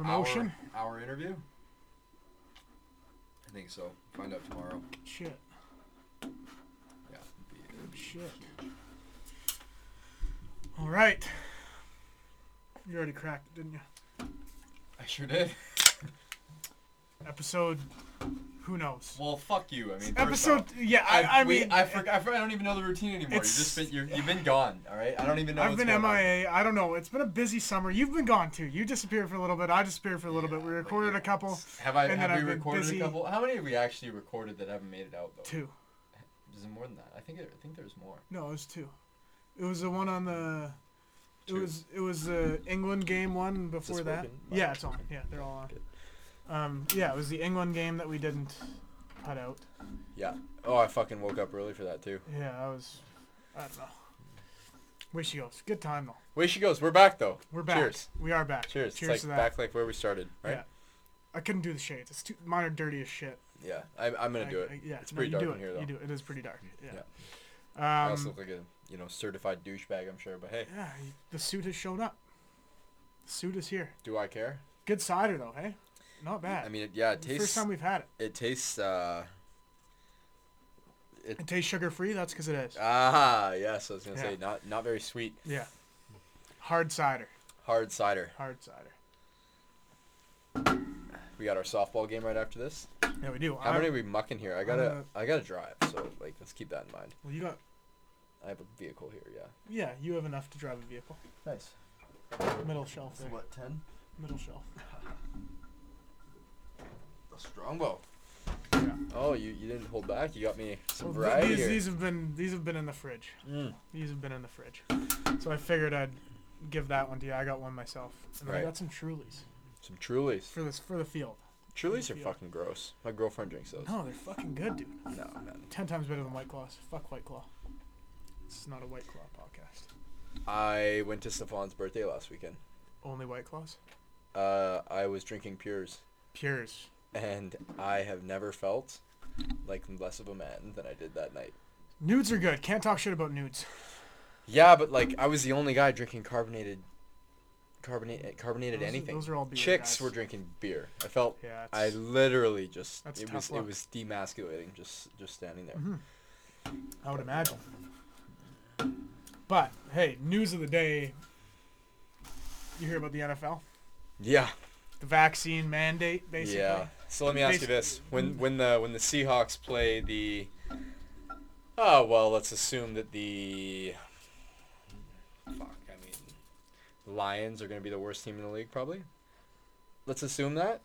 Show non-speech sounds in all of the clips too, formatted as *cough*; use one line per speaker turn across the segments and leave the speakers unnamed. Ah, hour interview? I think so. Find out tomorrow.
Shit.
Yeah.
Shit. All right. You already cracked it, didn't you?
I sure did. *laughs*
Episode. Who knows?
Well, fuck you. I mean, first
Episode.
off.
Yeah, I, I,
I, we-
mean.
I, forg- I, forg- I don't even know the routine anymore. You
It's-
just been, you're, you've been gone. All right, I don't even know.
I've
what's
been
going on.
MIA. I don't know. It's been a busy summer. You've been gone too. You disappeared for a little bit. I disappeared for a little
Yeah,
bit. We
like,
recorded a couple.
Have I?
and then
Have we
I've been
recorded
busy.
a couple? How many have we actually recorded that haven't made it out though?
Two.
Is it more than that? I think it, I think there's more.
No, it was two. It was the one on the. It
Two.
was it was the England game one and before
this
that.
working? Mine.
Yeah, it's on. Yeah, they're all on.
Good.
Um, yeah, it was the England game that we didn't put out.
Yeah. Oh, I fucking woke up early for that too.
Yeah, I was. I don't know. Wish you goes. Good time though.
Way she goes. We're back though.
We're back.
Cheers.
We are back.
Cheers.
Cheers
it's
to
like
that.
back like where we started, right?
I couldn't do the shades. It's too mine are dirty as shit.
Yeah. I, I'm gonna
I-
do it.
I- yeah,
It's
no,
pretty
you
dark
do
in
it.
here, though.
You do it. It is pretty dark. Yeah.
I
Um,
also look like a you know certified douchebag. I'm sure, but hey,
yeah, y- the suit has shown up. The suit is here.
do I care?
Good cider though, hey? Not bad.
I mean, it, yeah, it
The first
tastes.
time we've had it.
It tastes. uh
It tastes sugar free. That's because it is.
Ah, yes. I was gonna
Yeah.
say not not very sweet.
yeah. Hard cider.
Hard cider.
Hard cider.
We got our softball game right after this.
Yeah, we do.
How
I-
many are we mucking here? I gotta
gonna-
I gotta drive, so like let's keep that in mind.
Well, you got.
I have a vehicle here. Yeah.
Yeah, you have enough to drive a vehicle.
Nice.
Middle shelf there.
what ten?
Middle shelf.
A strongbow.
Yeah.
Oh, you, you didn't hold back. You got me some
Well, th-
variety.
these,
here.
these have been these have been in the fridge.
Mm.
These have been in the fridge. So I figured I'd give that one to you. I got one myself. And then I
Right.
got some Trulies
Some Trulies.
for this for the field.
Trulies are
Yeah.
fucking gross. My girlfriend drinks those.
No, they're fucking good, dude.
No, man.
Ten times better than White Claws. Fuck White Claw. This is not a White Claw podcast.
I went to Stefan's birthday last weekend.
Only White Claws.
Uh, I was drinking Pures,
Pures.
and I have never felt like less of a man than I did that night.
Nudes are good. Can't talk shit about nudes.
Yeah, but like I was the only guy drinking carbonated, carbonate, eh, carbonated
Those are-
anything.
those are all beer
Chicks
guys.
were drinking beer. I felt
Yeah. It's,
I literally just
That's
it
tough
was
luck.
it was demasculating just just standing there.
Mhm. I would imagine. But hey, news of the day. You hear about the NFL,
Yeah,
the vaccine mandate, basically.
yeah. So let me ask you
Basically-
this: when when the when the Seahawks play the, oh well, let's assume that the, fuck, I mean, Lions are going to be the worst team in the league probably. Let's assume that.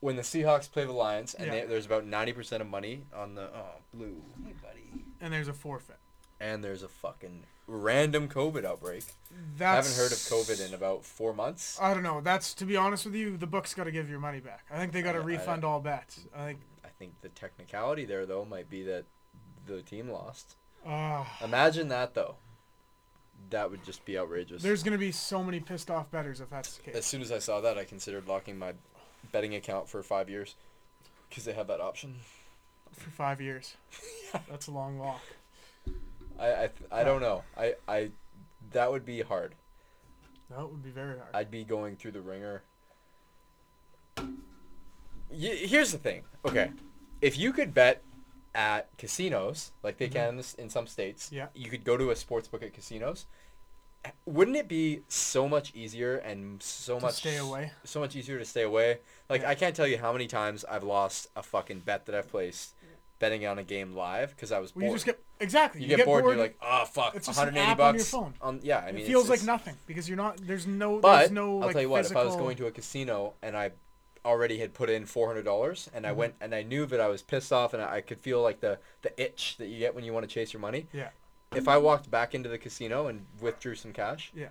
When the Seahawks play the Lions, and
Yeah.
they, there's about ninety percent of money on the oh blue, hey buddy,
And there's a forfeit.
and there's a fucking random COVID outbreak. I
That's,
haven't heard of COVID in about four months.
I don't know. That's to be honest with you, the book's got to give your money back. I think they got to
I- I-
refund all bets. I think.
I think the technicality there though might be that the team lost.
Uh,
Imagine that though. That would just be outrageous.
there's gonna be so many pissed off betters if that's the
as
case.
soon as I saw that, I considered locking my betting account for five years because they have that option.
For five
*laughs*
years, that's a long walk.
I I, th- I don't know. I I that would be hard.
That would be very hard.
I'd be going through the ringer. Y- here's the thing. Okay, if you could bet at casinos like they can in, this, in some states,
Mm-hmm. Yeah.
you could go to a sports book at casinos. Wouldn't it be so much easier and so
To
much
stay away.
So much easier to stay away. Like
Yeah.
I can't tell you how many times I've lost a fucking bet that I've placed betting on a game live because I was
Well, you
bored.
just get exactly.
You get, bored, and you're like, oh fuck,
It's just an
180
app
bucks
on your phone.
on- yeah, I
it
mean, it's-
feels like
it's-
nothing because you're not. There's no.
but
there's no
I'll
like
tell you what,
physical...
if I was going to a casino and I already had put in four hundred dollars and
Mm-hmm.
I went and I knew that I was pissed off and I, I could feel like the the itch that you get when you want to chase your money.
Yeah.
If I walked back into the casino and withdrew some cash,
Yeah.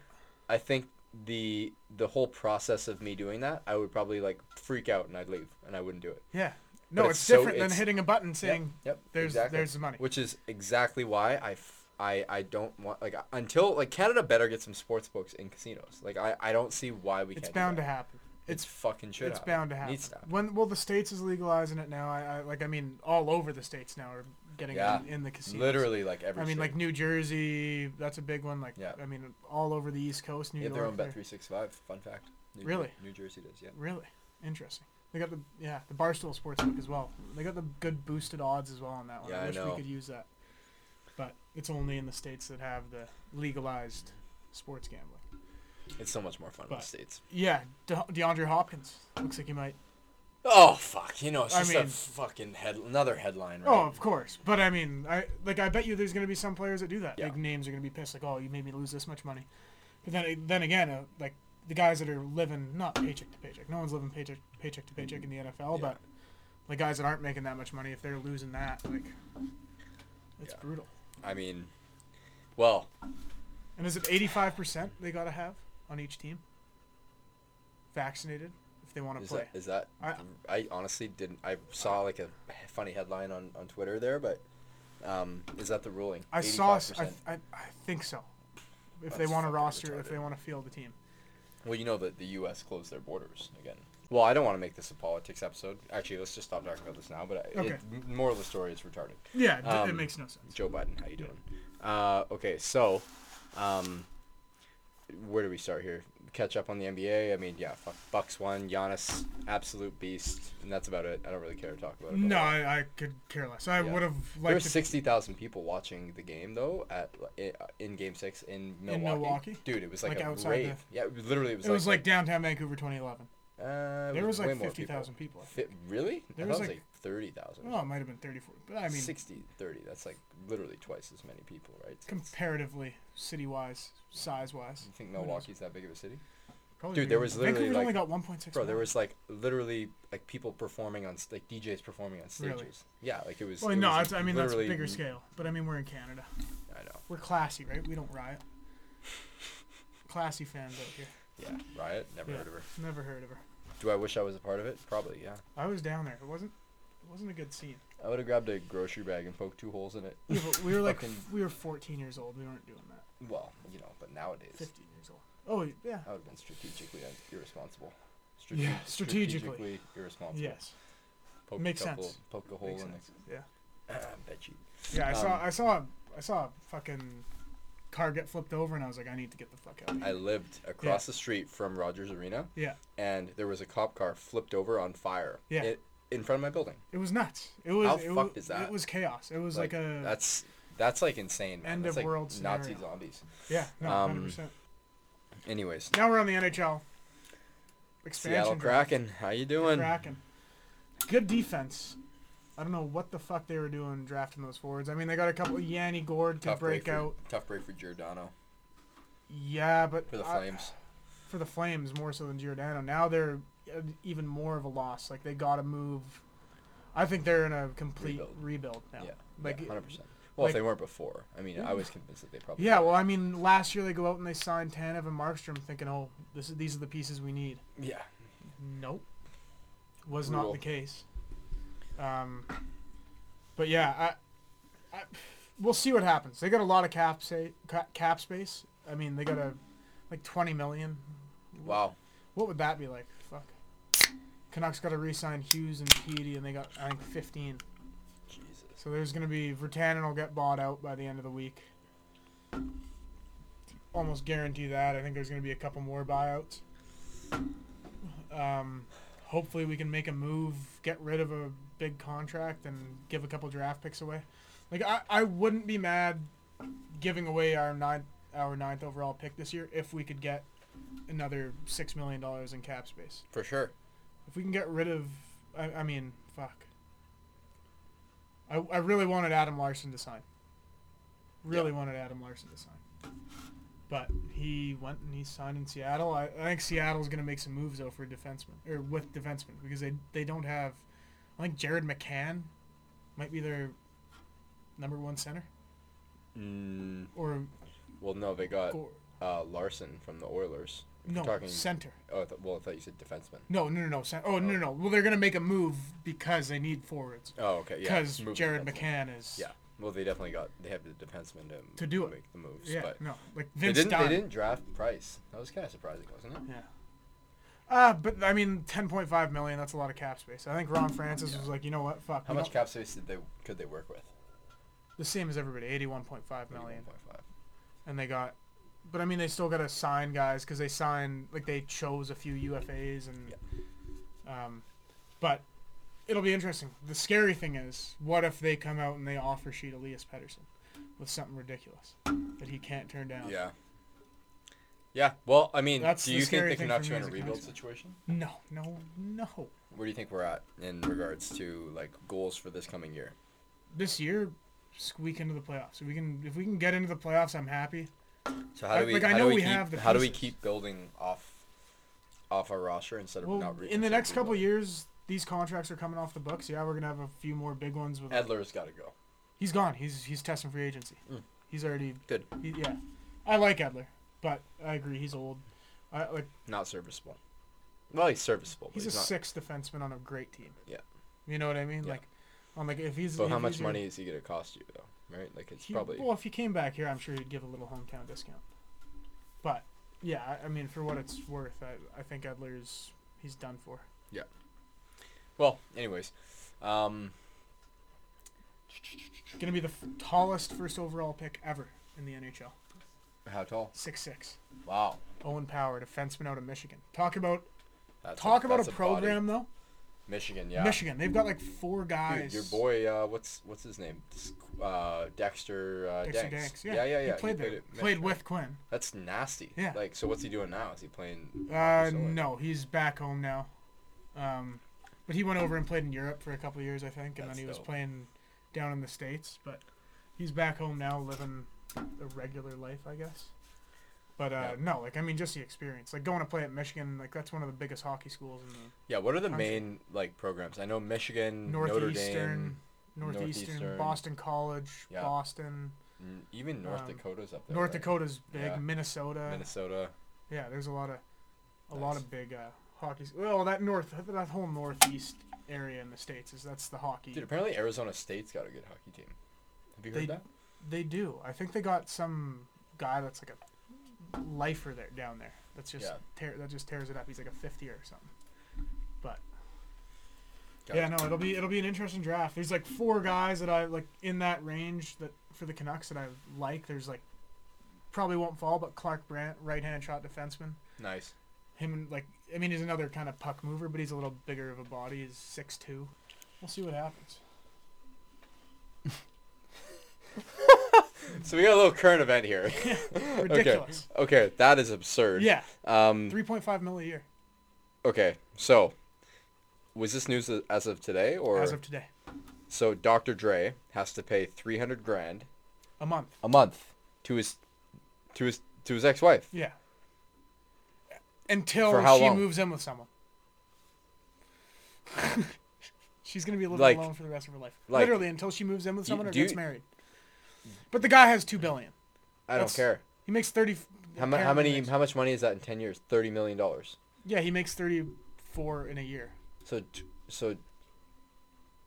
I think the the whole process of me doing that, I would probably like freak out and I'd leave and I wouldn't do it.
Yeah. No,
But
it's,
it's so-
different than
it's-
hitting a button saying
Yep. yep,
there's
exactly.
there's the money.
Which is exactly why I, f- I, I don't want like until like Canada better get some sports books in casinos. Like I, I don't see why we
It's
can't.
bound
do
to
that.
happen.
It's,
It's
fucking shit.
it's bound to happen.
Needs to happen.
When well, the states is legalizing it now. I, I like I mean, all over the states now are getting
Yeah.
it in, in the casinos.
Literally like every.
I mean, like
state.
New Jersey, that's a big one. Like,
Yeah.
I mean, all over the East Coast, New
they have
York.
their own bet
they're-
three six five. Fun fact. New
Really?
New Jersey does. Yeah.
Really? Interesting. They got the yeah the Barstool sports book as well. They got the good boosted odds as well on that one.
Yeah, I
I wish
know.
we could use that, but it's only in the states that have the legalized sports gambling.
It's so much more fun in the
But-
states.
Yeah, De- DeAndre Hopkins looks like he might.
Oh fuck! You know, it's
I
just a
mean-
fucking head another headline, right?
Oh, of course. But I mean, I like I bet you there's gonna be some players that do that.
Yeah.
Like names are gonna be pissed. Like, oh, you made me lose this much money. But then then again, uh, like the guys that are living not paycheck to paycheck. No one's living paycheck paycheck to paycheck in the NFL.
Yeah.
But the guys that aren't making that much money, if they're losing that, like it's
Yeah.
brutal.
I mean, well,
And is it 85 percent they gotta have on each team? Vaccinated if they want to
is
play.
that is that? I,
I-
honestly didn't. I saw like a funny headline on on Twitter there, but um, is that the ruling?
I saw. s- I,
85%?
I, I think so. If they
That's
want to
fucking
roster, if
retarded.
they want to field the team.
Well, you know that the U.S. closed their borders again. Well, I don't want to make this a politics episode. Actually, let's just stop talking about this now. But I
Okay.
it, m- moral of the story is retarded.
Yeah,
d- it
it
Um,
makes
makes
no sense.
Joe Biden, how you doing? Uh, okay, so um, where do we start here? Catch up on the NBA. I mean, yeah, fuck, Bucks won. Giannis, absolute beast, and that's about it. I don't really care to talk about it.
No, I, I could care less. I
Yeah.
would have
There were
liked to.
sixty thousand people watching the game though at i- in Game Six in Milwaukee.
Milwaukee?
dude, it was like,
Like
a
outside
rave. Yeah, it- literally, it was
It was
like,
like downtown Vancouver 2011.
uh, it
There was
way
like
more people.
50,000 people. I think.
Fi really?
There
I
was
thought
like-
it was like 30,000.
Oh, it might have been 34, but I mean,
60, 30. That's like literally twice as many people, right? So it's-
comparatively, city-wise, size-wise,
you think
who knows?
Milwalkee's that big of a city?
Probably
Dude,
bigger.
there was literally,
Vancouver's
like-
only got 1.6.
Bro, there
million.
was like literally like people performing on s- like DJs performing on stages.
Really?
Yeah, like it was.
Well,
it
no,
was
that's, I mean that's
literally-
bigger scale, but I mean we're in Canada.
I know.
We're classy, right? We don't riot. Classy fans out here.
Yeah, riot. Never
Yeah.
heard of her.
Never heard of her.
Do I wish I was a part of it? Probably, yeah.
I was down there. It wasn't. It wasn't a good scene.
I would have grabbed a grocery bag and poked two holes in it.
Yeah, but we were like
Fucking-
we were 14 years old. We weren't doing that.
Well, you know, but nowadays
15 years old. Oh yeah.
I would have been strategically un- irresponsible. Strate-
Yeah, strategically.
irresponsible.
Yes.
Poke
Makes
a couple,
sense.
Poke a hole
Makes
in it.
sense. Yeah.
I *clears throat* bet you.
Yeah. I saw.
Um,
I saw. I saw a fucking car get flipped over, and I was like, I need to get the fuck out. Of
I
here.
lived across the street from Rogers Arena.
Yeah.
And there was a cop car flipped over on fire.
Yeah.
i- in front of my building.
It was nuts. It was.
How
it
fucked
was,
is that?
It was chaos. It was like, a.
that's that's like insane, man.
End
that's
of
like
world
Nazi
scenario.
zombies.
yeah. No.
um,
100. percent
Anyways,
Now we're on the NHL. Expansion.
Seattle
draft.
Kraken, how you doing?
Kraken. Good defense. I don't know what the fuck they were doing drafting those forwards. I mean, they got a couple. Yanni Gord could
Tough
break
for,
out.
Tough break for Giordano
Yeah, but
for the
I-
Flames.
for the Flames more so than Giordano. Now they're uh, even more of a loss. Like they got to move. I think they're in a complete
Rebuild.
rebuild, now.
Yeah,
Like
yeah,
yeah,
hundred percent. Well, if
like-
they weren't before, I mean, I was convinced that they probably.
well, I mean, last year they go out and they sign Tanev and Markstrom, thinking, oh, this is these are the pieces we need.
yeah.
Nope, was
Brutal.
not the case. Um, but yeah, I, I, we'll see what happens. They got a lot of cap say, ca- cap space. I mean, they got a like twenty million.
Wow.
What would that be like? Fuck. Canucks got to re-sign Hughes and Petey, and they got I think 15.
Jesus.
So there's gonna be Vertanen will get bought out by the end of the week. Almost guarantee that. I think there's gonna be a couple more buyouts. Um, hopefully we can make a move, get rid of a big contract, and give a couple draft picks away. Like I, I wouldn't be mad giving away our ninth our ninth overall pick this year if we could get another six million dollars in cap space.
For sure.
If we can get rid of, I, I mean, fuck. I, I really wanted Adam Larson to sign. Really wanted Adam Larson to sign. But he went and he signed in Seattle. I, I think Seattle's going to make some moves though for defensemen or with defensemen because they they don't have. I think Jared McCann might be their number one center
Mm,
or
well, no, they got
or-
uh, Larson from the Oilers. If you're
no
talking-
center.
Oh, I thought well, I thought you said defenseman.
No, no, no, no. Cent- oh, no, no, no. Well, they're going to make a move because they need forwards.
Oh, okay. Yeah.
Because
move
Jared
defenseman.
McCann is.
Yeah. Well, they definitely got they have the defenseman to,
To do it.
make the moves.
Yeah,
but
no, like
they
Vince
didn't
Dunn.
they didn't draft Price. That was kind of surprising, wasn't it?
Yeah. Uh, but I mean, 10.5 million. That's a lot of cap space. I think Ron Francis was like, you know what, fuck.
How
we
much
don't-
cap space did they could they work with?
The same as everybody, 81.5 million,
31.5.
and they got. But I mean, they still got to sign guys because they signed like they chose a few UFAs and. Um, but it'll be interesting. The scary thing is, what if they come out and they offer Sheet Elias Pedersen with something ridiculous that he can't turn down?
Yeah. Yeah. Well, I mean,
That's
do
the
you think
scary
they
thing
can
for
knock
me
you in
as
a
a
rebuild
contract.
situation?
No, no, no.
Where do you think we're at in regards to like goals for this coming year?
This year, squeak into the playoffs. If we can, if we can get into the playoffs, I'm happy.
So how do
Like-
we
like, I
how
know
do we,
we
keep
have the
how do we
pieces.
keep building off off our roster instead of
Well,
not
in the
reaching
next
for
couple
rebuild?
years, these contracts are coming off the books. Yeah, we're gonna have a few more big ones with.
Edler's got to go.
He's gone. He's he's testing free agency.
Mm.
He's already
Good.
He, yeah, I like Edler, but I agree he's old. I, like
Not serviceable. Well, he's serviceable. But
he's,
he's
a
not,
sixth defenseman on a great team.
Yeah.
You know what I mean?
Yeah.
Like, on like if he's.
But
if
how much
he's your-
money is he gonna cost you though? Right? Like it's
he-
probably
Well, if he came back here, I'm sure he'd give a little hometown discount. But yeah, I, I mean, for what it's worth, I I think Edler's he's done for.
well. Anyways, um,
Gonna be the f- tallest first overall pick ever in the NHL.
how tall?
Six six.
Wow.
Owen Power, defenseman out of Michigan. Talk about
That's
talk about
that's
a
body.
program though.
Michigan, yeah.
Michigan, they've got like four guys.
Dude, your boy, uh, what's what's his name? This- Uh, Dexter, uh,
Dexter
Danks.
Danks, Yeah,
yeah, yeah,
He played, there.
at Michigan.
Played with Quinn.
That's nasty.
Yeah.
Like, so what's he doing now? Is he playing?
Uh,
Priscilla?
no, he's back home now. Um, but he went over and played in Europe for a couple of years, I think, and
That's
then he was
dope.
playing down in the states. But he's back home now, living a regular life, I guess. But uh,
Yeah.
no, like I mean, just the experience, like going to play at Michigan, like that's one of the biggest hockey schools in the
Yeah. What are the
Country.
main like programs? I know Michigan, Mm, Notre Dame,
northeastern, northeastern,
Northeastern.
Boston College,
Yeah.
Boston,
mm, even North
um,
Dakota's up there.
North
right?
Dakota's big,
Yeah.
Minnesota,
Minnesota.
Yeah, there's a lot of a
Nice.
lot of big uh, hockey. s- Well, that north, that whole northeast area in the states is that's the hockey.
Dude, apparently Arizona State's got a good hockey team. Have you heard
They-
that?
They do. I think they got some guy that's like a lifer there down there. That's just
Yeah.
tear, that just tears it up. He's like a fifth year or something.
Got
yeah,
it.
no, it'll be it'll be an interesting draft. There's like four guys that I like in that range that for the Canucks that I like. There's like probably won't fall, but Clark Brandt, right hand shot defenseman.
Nice.
him and like I mean he's another kind of puck mover, but he's a little bigger of a body. He's six two. We'll see what happens.
So we got a little current event here. *laughs*
Ridiculous.
okay, that is absurd.
Yeah,
Um.
three point five mil a year
Okay, so was this news as of today or
as of today,
so? Dr. Dre has to pay three hundred grand
a month.
a month to his to his to his ex-wife.
Yeah. Until
For how
she
long?
moves in with someone. *laughs* She's gonna be living
Like-
alone for the rest of her life.
like-
Literally until she moves in with
You-
someone or
do you- Mm.
gets married. But the guy has two billion.
I don't
That's-
care.
He makes thirty.
How, mu- how
apparently
many
makes-
how much money is that in ten years? Thirty million dollars.
yeah, he makes thirty four in a year.
So t- so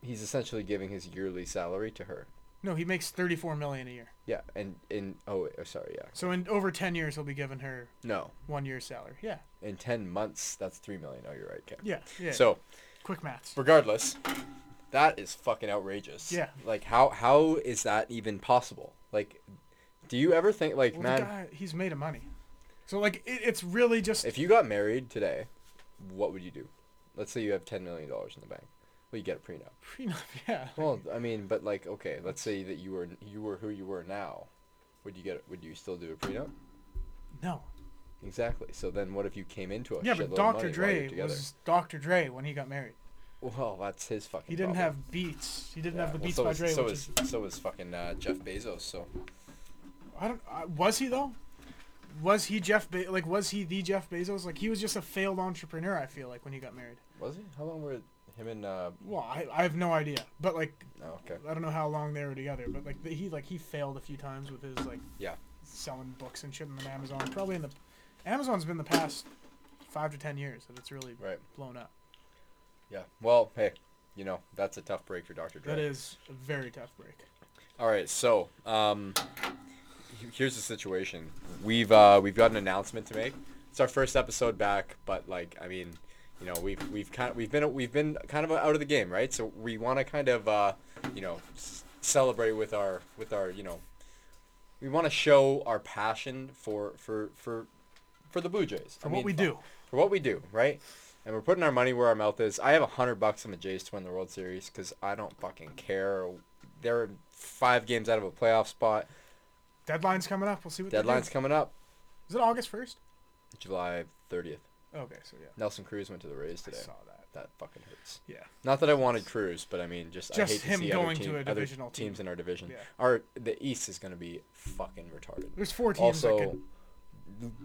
he's essentially giving his yearly salary to her.
No, he makes thirty four million a year.
Yeah, and in oh wait, oh, sorry, yeah.
So in over ten years, he'll be giving her
No,
one year's salary. Yeah,
in ten months that's three million. Oh, you're right, Kev.
yeah, yeah.
So
quick maths.
regardless, that is fucking outrageous.
Yeah.
Like how how is that even possible? Like, do you ever think like
Well,
man?
the guy, he's made of money. So like, it, it's really just *laughs*
If you got married today, what would you do? Let's say you have ten million dollars in the bank. Well, you get a prenup.
prenup. Yeah.
Well, I mean, but like, okay, let's say that you were you were who you were now. Would you get? Would you still do a prenup?
No.
Exactly. So then, what if you came into a
Yeah,
shitload
but
of money
Dr.
while you're
Dre
together?
was Dr. Dre when he got married.
Well, that's his fucking.
He didn't
problem.
have beats. He didn't
Yeah,
have the
well,
beats
so
by
is-
Dre.
So
which
is
is,
so is fucking uh, Jeff Bezos. So
I don't. Uh, was he though? Was he Jeff? Be- like, was he the Jeff Bezos? Like, he was just a failed entrepreneur. I feel like when he got married.
was he? How long were him and? Uh,
Well, I, I have no idea. But like,
oh, okay.
I don't know how long they were together, but like he like he failed a few times with his like
Yeah.
selling books and shit on Amazon. Probably in the Amazon's been the past five to ten years that it's really
Right.
blown up.
Yeah. Well, hey, you know that's a tough break for Dr. Dre.
That is a very tough break.
All right, so um, he- here's the situation. We've uh, we've got an announcement to make. It's our first episode back, but like I mean, you know, we've we've kind of, we've been we've been kind of out of the game, right? So we want to kind of uh, you know s- celebrate with our with our you know we want to show our passion for for for for the Blue Jays.
For what we do.
For what we do, right? and we're putting our money where our mouth is. I have a hundred bucks on the Jays to win the World Series because I don't fucking care. They're five games out of a playoff spot.
Deadline's coming up. We'll see what
Deadline's
deadlines.
coming up
Is it August first?
July 30th.
Okay, so yeah,
Nelson Cruz went to the Rays
I
today.
saw that.
That fucking hurts.
Yeah.
Not that I wanted Cruz, but I mean, just,
Just
I hate
him
to see
going
other,
to
team-
a
other
divisional team.
teams in our division.
Yeah.
Our the East is going to be fucking retarded.
There's four teams
also
that could.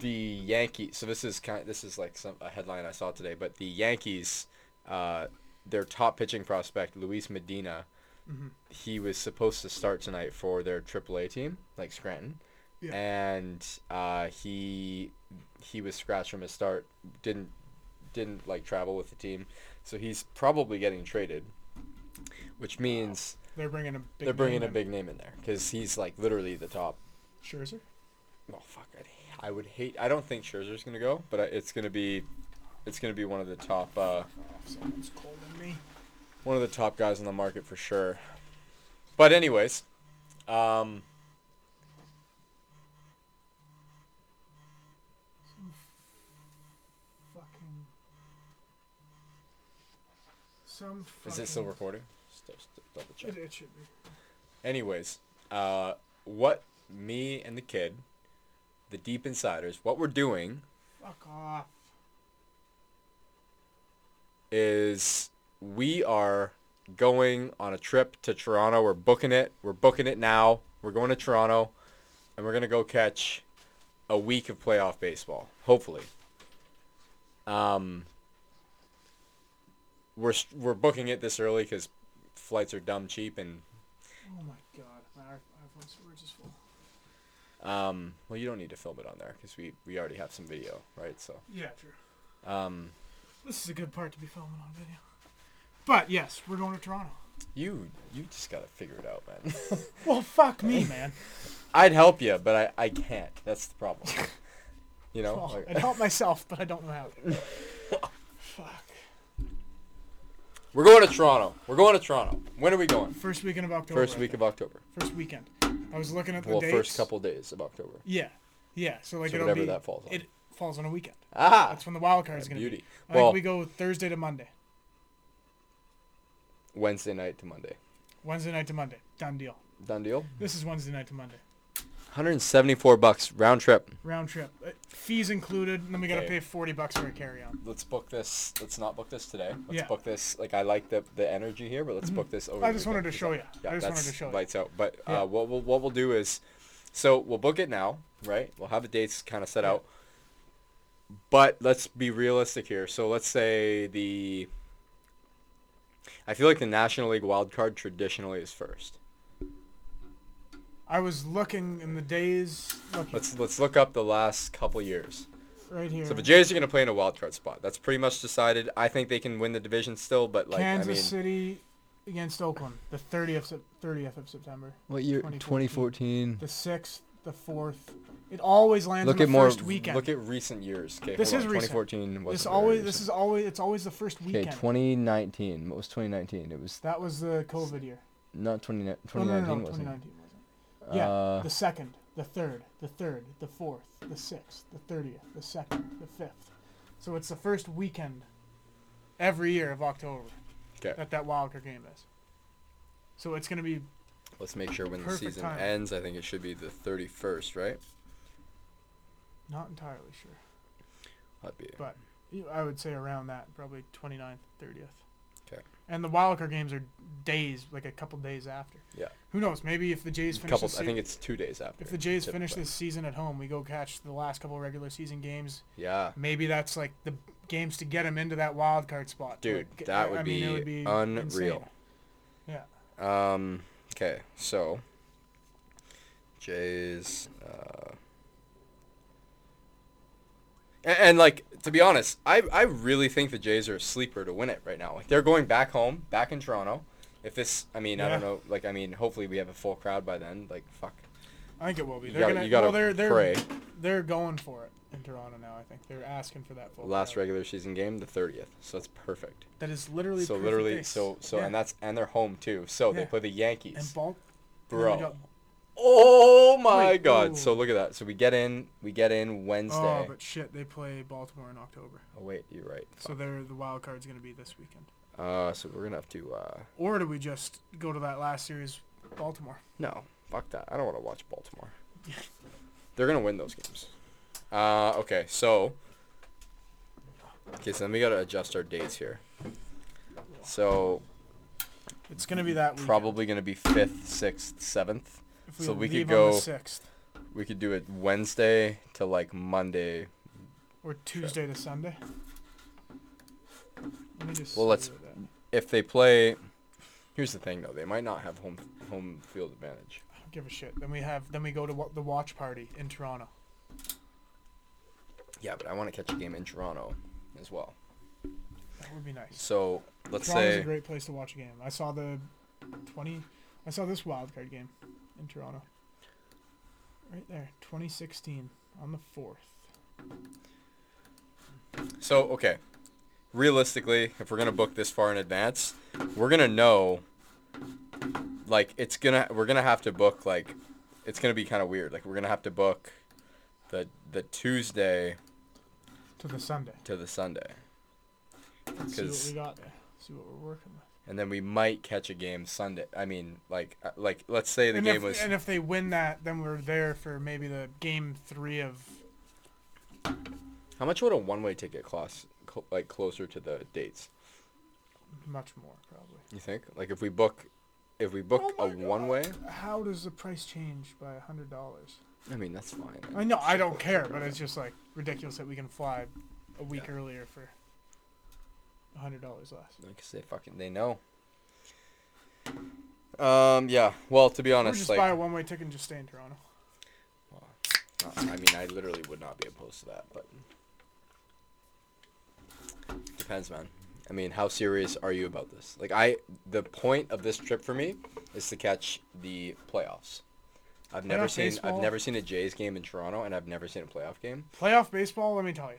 the Yankees. So this is kind. This is like some a headline I saw today. But the Yankees, uh, their top pitching prospect Luis Medina,
Mhm.
he was supposed to start tonight for their AAA team, like Scranton,
Yeah.
and uh, he he was scratched from his start. Didn't didn't like travel with the team, so he's probably getting traded, which means
They're bringing a big.
they're bringing
name
a
in.
big name in there because he's like literally the top
Scherzer.
well, Oh, fuck. I'd, I would hate. I don't think Scherzer's gonna go, but I- it's gonna be, it's gonna be one of the top, uh,
Oh, someone's calling me.
one of the top guys on the market for sure. But anyways, um,
Fucking. Some.
is
fucking-
it still recording? Still, still double check.
It, it should be.
Anyways, uh, what me and the kid, the deep insiders, what we're doing
Fuck off.
is we are going on a trip to Toronto. We're booking it. We're booking it now. We're going to Toronto, and we're gonna go catch a week of playoff baseball. Hopefully. Um. We're s- we're booking it this early because flights are dumb cheap and
Oh my god, my i- iPhone storage is full.
um well you don't need to film it on there because we we already have some video right so
Yeah, true.
um
This is a good part to be filming on video. But yes, we're going to Toronto.
you you just gotta figure it out man. *laughs*
Well, fuck me, man.
I'd help you, but I, I can't. That's the problem. You know?
*laughs* Well,
Oh, like-
I'd help myself, but I don't know how.
*laughs*
fuck.
we're going to Toronto. We're going to Toronto. When are we going?
First weekend of October.
First
I
week
think.
of October.
First weekend. I was looking at the
Well,
dates.
first couple days of October.
Yeah, yeah. So like
So
it'll
whatever
be,
that falls on.
It falls on a weekend.
Ah!
That's when the wild card is going to be.
Beauty.
I
Well,
think we go Thursday to Monday,
Wednesday night to Monday.
Wednesday night to Monday. Done deal.
Done deal?
This is Wednesday night to Monday.
174 bucks round trip.
Round trip, Uh, fees included. And then we got to pay
Okay.
forty bucks for a carry on.
Let's book this. Let's not book this today. Let's
Yeah. Mm-hmm.
book this. Like I like the the energy here, but let's book this over.
I
the
just wanted to
weekend.
show you.
Yeah,
I just
that's
wanted to show you.
lights out. But uh,
Yeah.
what we'll what we'll do is, so we'll book it now, right? We'll have the dates kind of set
Yeah.
out. But let's be realistic here. So let's say the. I feel like the National League wild card traditionally is first.
I was looking in the days. Look
Let's let's look up the last couple years.
right here.
So the Jays are going to play in a wild card spot. That's pretty much decided. I think they can win the division still, but like
Kansas
I mean,
City against Oakland, the thirtieth, thirtieth of September,
what year?
2014. the sixth, the fourth. It always lands
Look
on the
at more.
first weekend.
Look at recent years. Okay,
This
hold
is
on.
recent.
2014 was
this always. This is always. It's always the first
Okay,
weekend.
2019. What was 2019? It was
that was the COVID year.
not
Oh,
20,
No, no, no,
2019,
no,
wasn't
2019 wasn't.
it?
Yeah,
Uh,
the second, the third, the third, the fourth, the sixth, the thirtieth, the second, the fifth. So it's the first weekend every year of October
'Kay.
that that wildcard game is. So it's gonna be
let's make sure when the
perfect
season
timing.
ends. I think it should be the 31st, right?
not entirely sure,
That'd be
but you- I would say around that, probably 29th, 30th.
'Kay.
And the wildcard games are days, like a couple days after.
Yeah.
Who knows? Maybe if the Jays
a
finish
couple.
the
I
se-
think it's two days after.
if the Jays finish
typically.
this season at home, we go catch the last couple regular season games
Yeah,
maybe that's like the games to get him into that wild card spot.
dude,
Like,
that
I-
would,
I mean, it
be
insane.
unreal.
Yeah.
Um. Okay, so Jays. Uh, and, and like to be honest, I I really think the Jays are a sleeper to win it right now. Like they're going back home, back in Toronto. If this, I mean, I don't
Yeah.
know. Like I mean, hopefully we have a full crowd by then. Like fuck,
I think it will be.
you
They're
gotta,
gonna,
you gotta
well, they're, they're,
pray.
They're going for it in Toronto now. I think they're asking for that full.
Last
crowd.
regular season game, the thirtieth. So that's perfect.
That is literally.
so
perfect
literally,
days.
so so,
Yeah.
and that's and they're home too. So
Yeah.
they play the Yankees,
and Bal- and then we
bro.
got
Oh my
Wait,
God!
ooh.
So look at that. So we get in. We get in Wednesday.
Oh,
Oh,
but shit, they play Baltimore in October,
wait, you're right.
so they're the wild card's gonna be this weekend.
Uh, so we're gonna have to. Uh,
Or do we just go to that last series, Baltimore?
no, fuck that. I don't want to watch
*laughs*
Baltimore. They're gonna win those games. Uh, okay. So. Okay, so then we gotta adjust our dates here. So
It's gonna
Mm-hmm.
be that weekend.
probably gonna be fifth, sixth, seventh.
If
so we could
leave on
go-
the sixth
We could do it Wednesday to like Monday.
or Tuesday to Sunday. Let me just
Well,
see
let's-
what
If they play, here's the thing though. They might not have home home field advantage.
I don't give a shit. Then we have then we go to wa- the watch party in Toronto.
Yeah, but I want to catch a game in Toronto as well.
That would be nice.
So let's
Toronto's a
say
great place to watch a game. I saw the twenty. I saw this wild card game in Toronto. Right there, 2016 on the fourth.
so okay. Realistically, if we're gonna book this far in advance, we're gonna know. Like it's gonna we're gonna have to book like, it's gonna be kind of weird. Like we're gonna have to book, the the Tuesday
To the Sunday.
to the Sunday,
Let's see what
'Cause-
we got there. See what we're working with.
and then we might catch a game Sunday. I mean, like uh, like let's say the
and,
game
if,
was
and if they win that, then we're there for maybe the game three of.
how much would a one way ticket cost? Cl- like closer to the dates.
Much more, probably.
You think? Like if we book, if we book
Oh
a
my God.
one way,
How does the price change by a hundred dollars?
I mean that's fine.
I know I don't care, but it's just like ridiculous that we can fly a week earlier for a hundred dollars less.
Like they fucking they know. Um yeah. Well, to be
Or
honest,
just
like
buy a one-way ticket and just stay in Toronto.
uh, I mean I literally would not be opposed to that, but depends, man. I mean, how serious are you about this? Like I, the point of this trip for me is to catch the playoffs. I've never
Playoff
seen
baseball?
I've never seen a Jays game in Toronto, and I've never seen a playoff game.
Playoff baseball, let me tell you,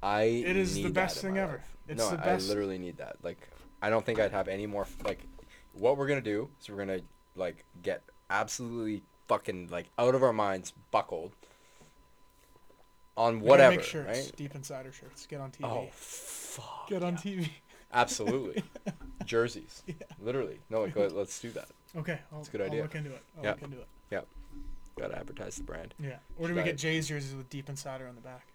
I
it is
need
the
that
best
in
thing
my
ever.
life.
It's
no,
the
I-
best.
I literally need that. Like, I don't think I'd have any more. f- Like, what we're gonna do is we're gonna like get absolutely fucking like out of our minds, buckled on
We gotta
whatever,
Make shirts,
right?
deep insider shirts. Get on TV.
Oh fuck!
Get on
yeah.
TV.
Absolutely, jerseys. Literally, no. Go, let's do that.
*laughs* Okay, I'll,
a good
I'll
idea.
look into it. I'll
Yeah.
look into it.
Gotta advertise the brand.
Yeah. Or do we
Right.
get Jays jerseys with deep insider on the back?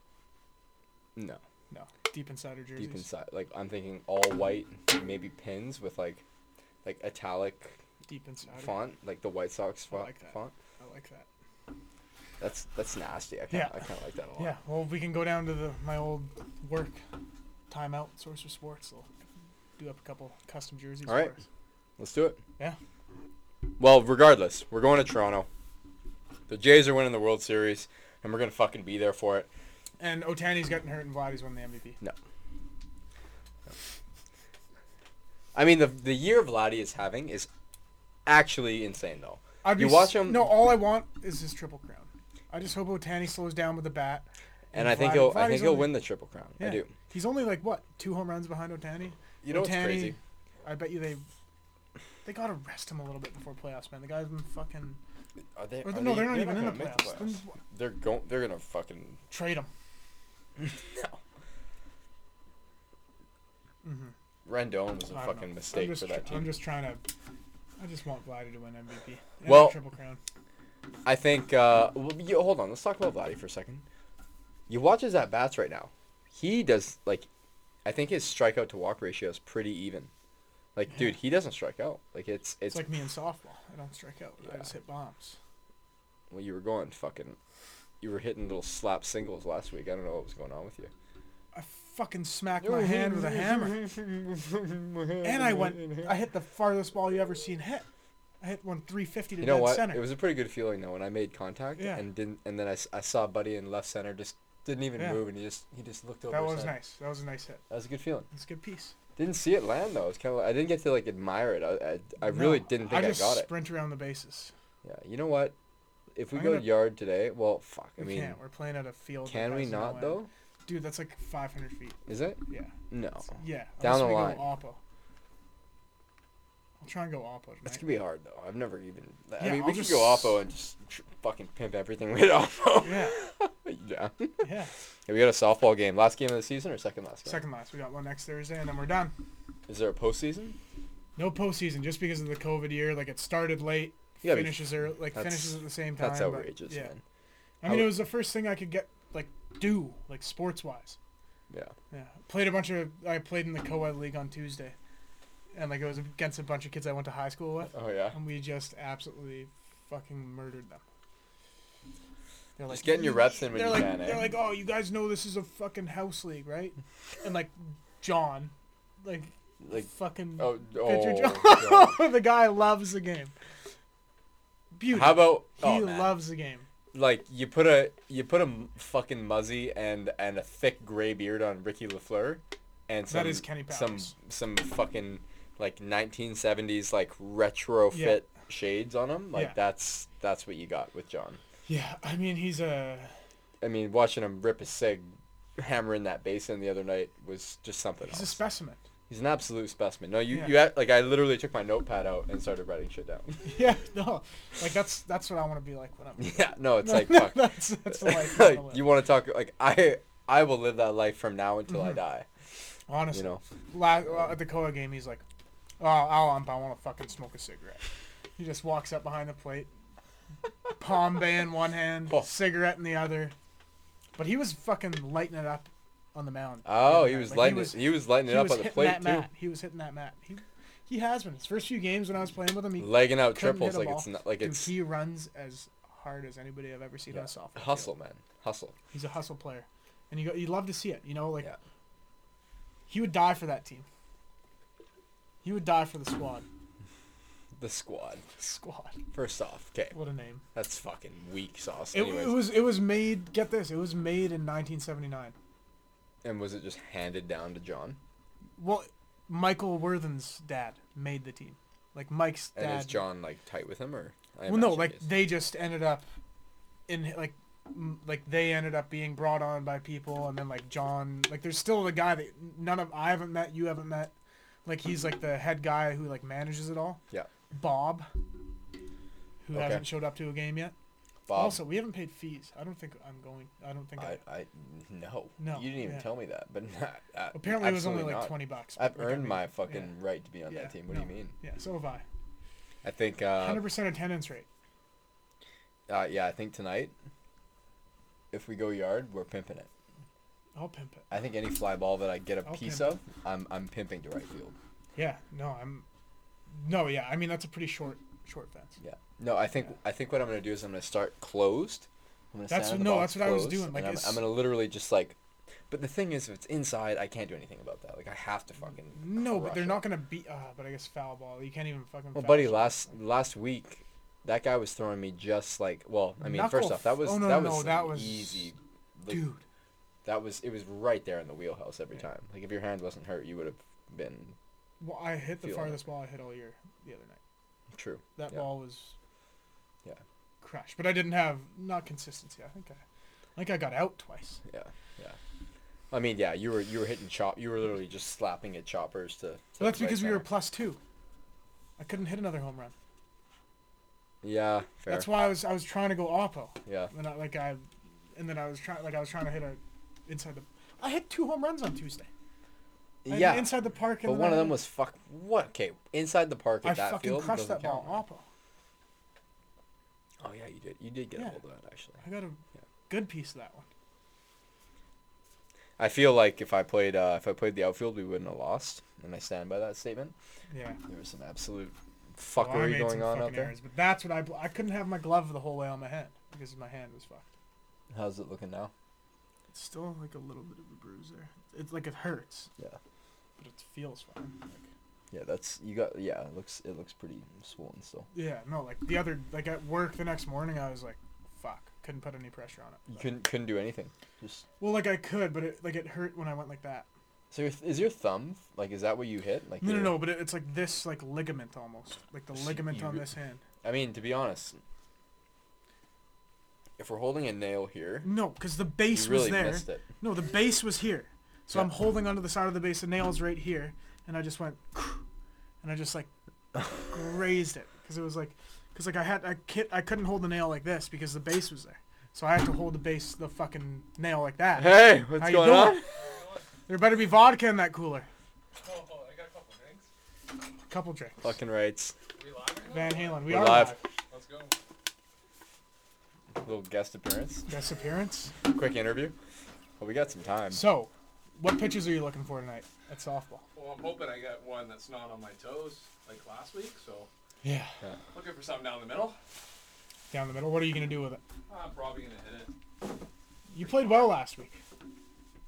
No,
No, deep insider jerseys.
deep inside. Like I'm thinking all white, maybe pins with like, like italic
Deep insider.
font, like the White Sox
I
font.
like that.
font.
I like that.
That's that's nasty. I kind
Yeah.
of I kind of like that a lot.
Yeah. Well, we can go down to the my old work timeout Sorcerer Sports. They'll do up a couple custom jerseys.
All right.
For us.
Let's do it.
Yeah.
Well, regardless, we're going to Toronto. The Jays are winning the World Series, and we're gonna fucking be there for it.
And Otani's gotten hurt, and Vladdy's won the MVP.
I mean, the the year Vladdy is having is actually insane, though.
I'd be
You watch
s-
him-
No, all I want is his triple crown. I just hope Otani slows down with the bat.
And I think
Vlad-
he'll I
Vladdy's
think he'll
only-
win the triple crown. I
Yeah.
do.
He's only like what two home runs behind Otani.
You know what's
Ohtani,
crazy?
I bet you they they gotta rest him a little bit before playoffs, man. The guy's been fucking.
Are they?
Or
are
th- no,
they,
they're not even in the
gonna make
playoffs. Then wh-
They're going. They're gonna fucking.
Trade him.
No.
Mm-hmm.
Rendon was a fucking mistake for that team.
I'm just trying to. I just want Vladdy to win MVP. And
Well-
the triple crown.
I think. Uh, well, you, hold on. Let's talk about Vladdy for a second. You watch his at bats right now. He does like, I think his strikeout to walk ratio is pretty even. Like, dude, he doesn't strike out. Like, it's
It's
it's.
like me in softball. I don't strike out. I
Yeah.
just hit bombs.
well, you were going fucking, you were hitting little slap singles last week. I don't know what was going on with you.
I fucking smacked my hand with a hammer, and I went. I hit the farthest ball you ever seen hit. I hit one 350 to
You know
dead
what?
center.
It was a pretty good feeling though when I made contact
Yeah.
and didn't, and then I, s- I saw Buddy in left center just didn't even
Yeah.
move and he just he just looked over.
that
his
was
head.
nice. That was a nice hit.
That was a good feeling.
That's a good piece.
Didn't see it land though. It's kind of like, I didn't get to like admire it. I I, I
No,
really didn't think I,
just
got it.
Sprint around the bases.
Yeah, you know what? If we
I'm
go
gonna-
yard today, well, fuck. I
We
mean,
can't. We're playing at a field. that
can we
has no
not
end.
though?
Dude, that's like 500 feet.
Is it?
Yeah.
No.
Yeah.
Down
unless
the
we go
line.
Oppo. try and go Oppo
That's
tonight.
gonna be hard though. I've never even. I
Yeah,
mean,
I'll
we
just-
could go Oppo and just tr- fucking pimp everything *laughs* we had Oppo.
Yeah.
yeah.
yeah.
Yeah, we got a softball game. Last game of the season or second last game?
Second last. We got one next Thursday, and then we're done.
Is there a postseason?
No postseason, just because of the COVID year. Like it started late,
You gotta be-
finishes early, like
that's-
finishes at the same time.
That's
but,
outrageous,
yeah.
man.
I mean,
How-
it was the first thing I could get like do like sports wise.
Yeah.
Yeah, played a bunch of. I played in the co-ed league on Tuesday, and like it was against a bunch of kids I went to high school with,
Oh yeah.
and we just absolutely fucking murdered them. They're
Just getting your reps in when
they're
you
like,
can.
They're
eh?
like, oh, you guys know this is a fucking house league, right? And like, John, like,
Like,
fucking
oh,
pitcher
oh. *laughs*
*laughs* John, the guy loves the game.
God.
Beauty.
How about
he
oh, man.
loves the game.
like you put a you put a m- fucking muzzy and and a thick gray beard on Ricky Lafleur, and some
That is Kenny
some
Powers.
some fucking like 1970s like retro
Yeah.
fit shades on him. Like
Yeah.
that's that's what you got with John.
Yeah, I mean he's a
I mean, watching him rip a sig, hammering that bass in the other night was just something
he's a
else.
specimen. *laughs*
he's an absolute specimen. No, you
Yeah.
you had, like I literally took my notepad out and started writing
*laughs*
shit down. *laughs*
Yeah, no, like that's that's what I want to be like when I'm.
yeah,
*laughs*
no, *laughs* it's
No,
like
no,
fuck.
That's that's the
*laughs*
life. I
like,
wanna live.
you want to talk like I I will live that life from now until
Mm-hmm.
I die.
Honestly,
You know.
la- la- at the Koa game, he's like, "Oh, I'll ump. I want to fucking smoke a cigarette." He just walks up behind the
*laughs*
plate, palm bay in one hand,
Oh.
cigarette in the other. But he was fucking lighting it up on the mound.
*laughs* Oh,
Yeah,
he was
like, he
lighting
was-
it. He was lighting it
he
up
was
on the
hitting
plate
that
too,
mat. He was hitting that mat. He he has been his first few games when I was playing with him. He
legging out
Couldn't hit
triples
a
like
ball.
it's not like
dude,
it's
he runs as hard as anybody I've ever seen
Yeah.
on a softball. field.
hustle, man, hustle.
He's a hustle player, and you go, you love to see it. You know, like
Yeah.
he would die for that team. He would die for the squad.
The squad.
Squad.
First off, okay,
What a name.
that's fucking weak sauce.
It,
Anyways,
it was it was made. Get this. It was made in 1979.
and was it just handed down to John?
Well, Michael Worthen's dad made the team. Like Mike's
And is
dad.
John like tight with him or? I
well, no,
imagine
like
he is.
they just ended up in like m- like they ended up being brought on by people, and then like John, like there's still the guy that none of I haven't met, you haven't met, like he's like the head guy who like manages it all.
Yeah.
Bob, who
Okay.
hasn't showed up to a game yet.
Bob,
Also, we haven't paid fees. I don't think I'm going. I don't think I.
I, I no,
No,
you didn't even
yeah.
tell me that, but *laughs* not, uh,
apparently, it was only
absolutely
like
not.
20 bucks. but,
I've
like, I
earned
mean,
my fucking right to be on
E. Yeah,
that team. What do
no.
you mean?
Yeah, so have I.
I think, uh,
100% attendance rate.
uh, yeah, I think tonight, if we go yard, we're pimping it.
I'll pimp it.
I think any fly ball that I get a
I'll
piece
pimp
of, I'm I'm pimping to right field.
Yeah. No, I'm. No, yeah. I mean, that's a pretty short short fence.
Yeah. No, I think
Yeah.
I think what I'm gonna do is I'm gonna start closed. I'm gonna
That's
stand in
what-
the
no,
box
that's what I was
closed,
doing,
and
like,
I'm,
it's-
I'm gonna literally just like. But the thing is, if it's inside, I can't do anything about that. Like I have to fucking.
No, but
crush
they're
it.
not gonna be. Uh, but I guess foul ball. You can't even fucking.
Well,
foul
buddy,
shot.
last last week, that guy was throwing me just like. Well, I mean, first
Knuckle
off, that
f-
was
oh, no,
that
no,
was
no,
an
that was-
easy. like,
dude.
That was it was right there in the wheelhouse every
Yeah.
time. Like if your hand wasn't hurt, you would have been
Well, I hit the
Feeling
farthest ball I hit all year the other night.
true.
That
Yeah.
ball was.
Yeah.
Crashed, but I didn't have not consistency. I think I, I think I got out twice.
Yeah,
*laughs*
yeah. I mean, yeah, you were you were hitting chop. You were literally just slapping at choppers to. to
Well, that's
right
because we were
center.
plus two. I couldn't hit another home run.
Yeah, fair.
That's why I was I was trying to go oppo,
yeah.
and I, like I, and then I was trying like I was trying to hit a, inside the. I hit two home runs on Tuesday. I hit
Yeah.
Inside the park. and
but
then I
one of them
hit-
was fuck. What? Okay, inside the park at
I
that
fucking
field.
crushed
doesn't
that ball
count.
oppo.
Oh yeah, you did. You did get
Yeah.
a hold of that actually.
I got a good piece of that one.
I feel like if I played uh, if I played the outfield, we wouldn't have lost, and I stand by that statement.
Yeah.
There was some absolute
Well, I
fuckery
made
going
some
on
fucking
out there.
errors, but that's what I bl- I couldn't have my glove the whole way on my hand because my hand was fucked.
How's it looking now?
It's still like a little bit of a bruise there. It's like it hurts,
Yeah,
but it feels fine. Like,
yeah. That's you got. Yeah, it looks it looks pretty swollen still.
yeah, no, like the other like at work the next morning I was like, fuck, couldn't put any pressure on it.
You
but-
couldn't couldn't do anything. Just
well, like I could, but it like it hurt when I went like that.
So your th- is your thumb like is that what you hit? Like
No, no,
your-
no, but it, it's like this like ligament almost, like the
So
ligament
you
on
re-
this hand.
I mean, to be honest, if we're holding a nail here,
No, because the base
you really
was there.
missed it.
No, the base was here. So
Yeah. *laughs*
I'm holding onto the side of the base, the nail's right here, *sniffs* and I just went, and I just like grazed it because it was like, because like I had I kit I couldn't hold the nail like this because the base was there, so I had to hold the base the fucking nail like that.
Hey, what's
How you
going
doing?
on?
There better be vodka in that cooler.
Oh, oh, I got a couple drinks.
Couple drinks.
Fucking rights.
We live right now?
Van Halen. We
We're
are
live.
live.
Let's go.
Little guest appearance.
Guest appearance.
Quick interview. Well, we got some time.
So, what pitches are you looking for tonight at softball?
Well, I'm hoping I got one that's not on my toes like last week, so
Yeah.
looking for something down the middle.
Down the middle. What are you gonna do with it?
I'm probably gonna hit it.
You played well last week.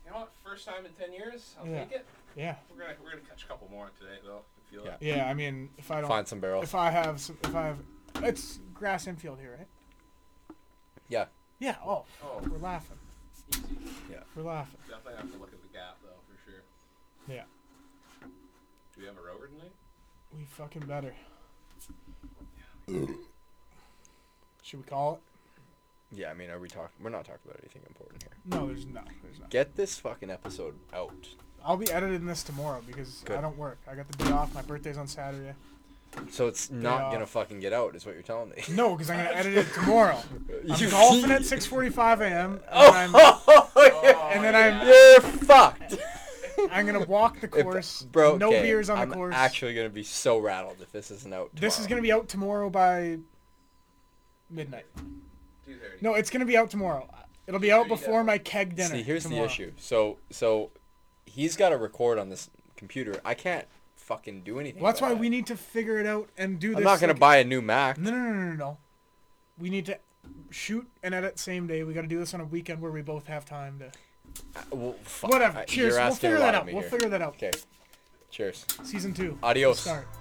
You know what? First time in ten years, I'll
Yeah.
take it.
Yeah.
We're gonna we're gonna catch a couple more today though. I feel
Yeah.
it.
Yeah. I mean, if I don't,
Find some barrels.
if I have, some, if I have, it's grass infield here, right?
Yeah.
Yeah. Oh,
Oh,
we're laughing.
easy.
We're laughing.
Definitely have to look at the gap though for sure.
Yeah.
Do we have a rover tonight?
We fucking
*clears throat*
better. Should we call it?
Yeah, I mean, are we talking? We're not talking about anything important here.
No, there's no, there's not.
Get this fucking episode out.
I'll be editing this tomorrow because
Good.
I don't work. I got the day off. My birthday's on Saturday.
So it's not
Yeah.
gonna fucking get out, is what you're telling me.
No, because I'm gonna edit it
*laughs*
tomorrow. I'm
You-
golfing at 6:45 a.m. and
*laughs*
I'm,
Oh,
and then I'm *laughs*
you're fucked.
I'm gonna walk the
If-
course.
bro.
no
okay,
beers on the
I'm
course.
actually gonna be so rattled if this isn't out.
this is gonna be out tomorrow by midnight.
Two thirty.
No, it's gonna be out tomorrow. It'll be out
Three
before
days.
my keg dinner.
See, here's
tomorrow.
the issue. So, so he's got to record on this computer. I can't fucking do anything.
Well, that's
about
why
it.
we need to figure it out and do this.
I'm not gonna
like-
buy a new Mac.
No, no, no, no, no, no. We need to shoot and edit same day. We got to do this on a weekend where we both have time to.
Uh, well, fuck.
Whatever.
I-
Cheers.
you're
We'll
asking a
figure
lot
that
of
out.
me
We'll
here.
figure that out.
Okay. Cheers.
Season two.
Adios.
Start.